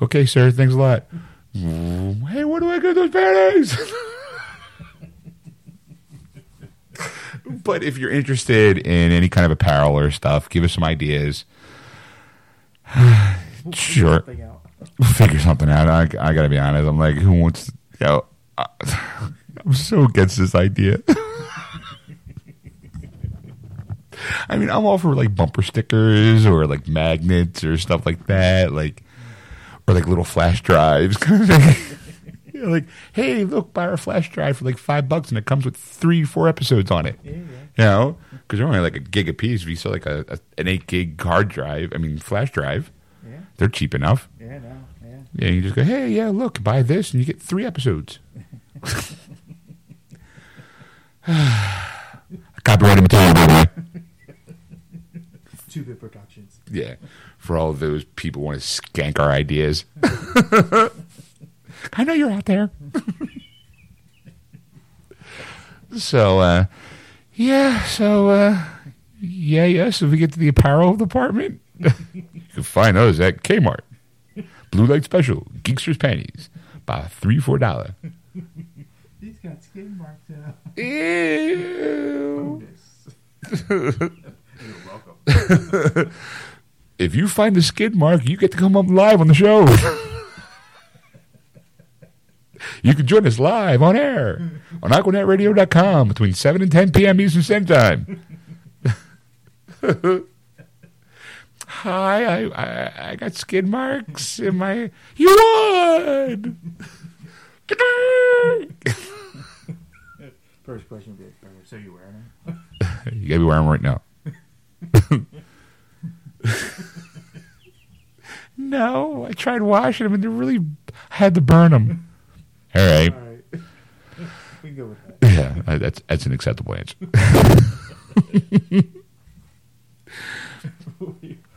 Okay, sir. Thanks a lot. Hey, where do I get those panties? but if you're interested in any kind of apparel or stuff, give us some ideas. sure,
Thing out.
figure something out. I, I gotta be honest. I'm like, who wants? You know, I, I'm so against this idea. I mean, I'm all for like bumper stickers or like magnets or stuff like that, like or like little flash drives. kind of thing. You know, like, hey, look, buy our flash drive for like five bucks, and it comes with three, four episodes on it. You know, because they're only like a gig a piece. If you sell like a, a an eight gig hard drive, I mean, flash drive,
Yeah.
they're cheap enough.
Yeah, no, yeah.
Yeah, you just go, hey, yeah, look, buy this, and you get three episodes. Copyrighted material, by the way.
Two bit productions.
Yeah, for all those people who want to skank our ideas. I know you're out there. so, uh, yeah, so, uh, yeah, yeah, so we get to the apparel department. you can find those at Kmart. Blue Light Special, Geekster's Panties, by three, four dollar.
He's got skin marks out.
Ew.
Yes.
If you find the skid mark, you get to come up live on the show. you can join us live on air on AquanetRadio.com between 7 and 10 p.m. Eastern Standard Time. Hi, I, I I got skid marks in my. You won!
First question would be, "Are- so you wearing them?
You gotta be wearing 'em right now. no, I tried washing them and they really I had to burn them. All right.
All right. we can go with that.
Yeah, I- that's that's an acceptable answer.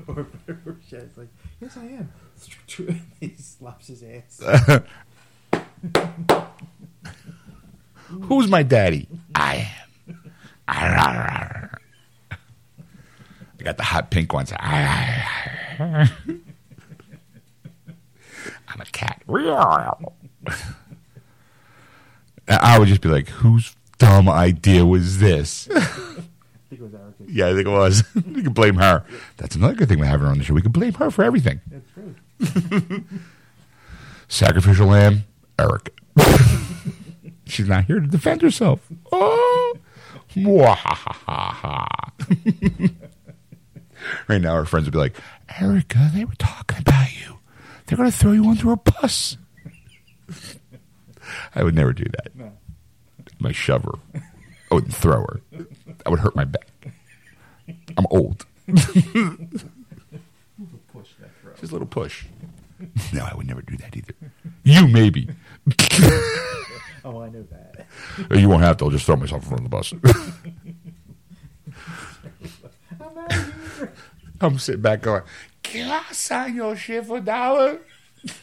or or Shad's like, yes, I am. he slaps his ass.
Who's my daddy? I am. I got the hot pink ones. I'm a cat. I would just be like, whose dumb idea was this?
I think it was Erica's.
Yeah, I think it was. we can blame her. That's another good thing we have her on the show. We can blame her for everything.
That's true.
Sacrificial lamb, Eric. She's not here to defend herself. Oh, Mwahahaha. right now, her friends would be like, Erica, they were talking about you. They're going to throw you under a bus. I would never do that.
No.
My shover. I would throw her. I would hurt my back. I'm old.
Push that throw.
Just a little push. no, I would never do that either. You maybe.
Oh, I know that.
you won't have to. I'll just throw myself in front of the bus.
I'm out of here.
I'm sitting back going, Can I sign your shit for a dollar?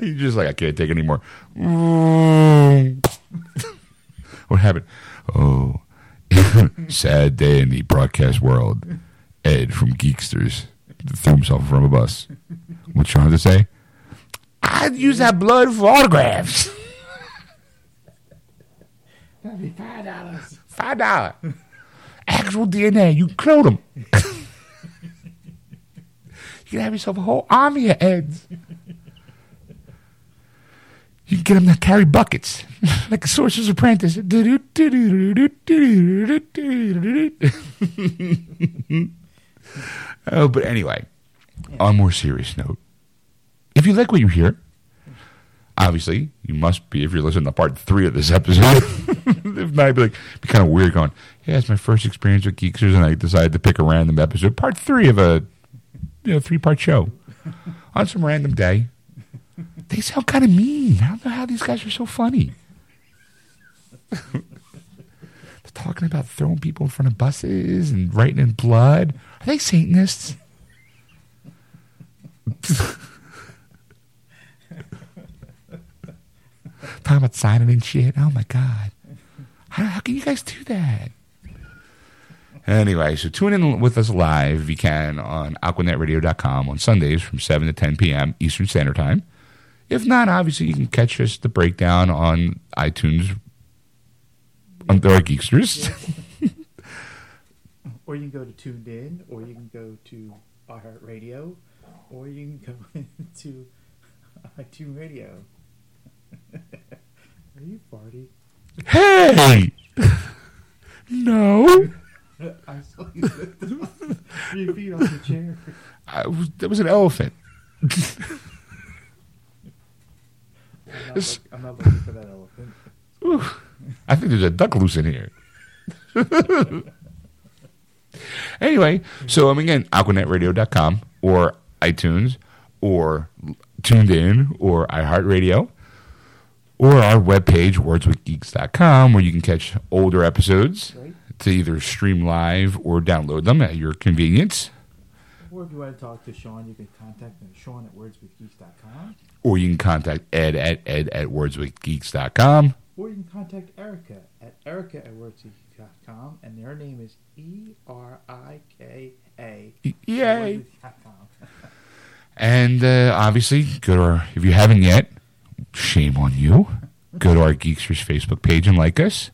He's just like, I can't take anymore. what happened? Oh, sad day in the broadcast world. Ed from Geeksters threw himself from a bus. What you want to say? I'd use that blood for autographs.
That'd be five dollars.
Five dollar. Actual DNA. You clone them. you can have yourself a whole army of heads. You can get them to carry buckets, like a sorcerer's apprentice. oh, but anyway, on a more serious note, if you like what you hear, obviously you must be if you're listening to part three of this episode. if not, you'd be like, be kind of weird going, yeah, it's my first experience with Geeksters, and I decided to pick a random episode, part three of a you know three part show on some random day. They sound kind of mean. I don't know how these guys are so funny. They're talking about throwing people in front of buses and writing in blood. Are they Satanists? talking about signing and shit. Oh my god, how, how can you guys do that? Anyway, so tune in with us live if you can on AquanetRadio.com on Sundays from seven to ten p.m. Eastern Standard Time. If not, obviously you can catch us the breakdown on iTunes on the Geeksters.
Or you can go to TuneIn, or you can go to iHeartRadio, or you can go into iTunes Radio. Are you farty?
hey, no.
I saw you lift him up three feet off the chair.
I was, that was an elephant.
I'm not, look, I'm not looking for that elephant.
I think there's a duck loose in here. anyway, so um, again, aquanetradio.com or iTunes or Tuned In or iHeartRadio or our webpage, wordswithgeeks.com, where you can catch older episodes
Right.
to either stream live or download them at your convenience.
Or if you want to talk to Sean, you can contact him, Sean at wordswithgeeks.com.
Or you can contact Ed at ed at wordswithgeeks.com.
Or you can contact Erica at Erica at wordswithgeeks.com. And their name is E R I K A.
Yay. And uh, obviously, go to our, if you haven't yet, shame on you. Go to our Geeksters Facebook page and like us.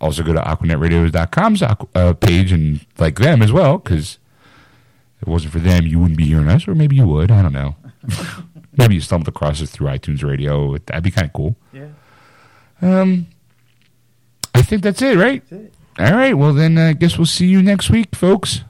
Also, go to AquanetRadios.com's aqu- uh, page and like them as well, because if it wasn't for them, you wouldn't be hearing us, or maybe you would. I don't know. maybe you stumbled across us through iTunes Radio. That'd be kind of cool.
Yeah,
Um, I think that's it, right?
that's it.
uh, All right. Well, then I guess we'll see you next week, folks.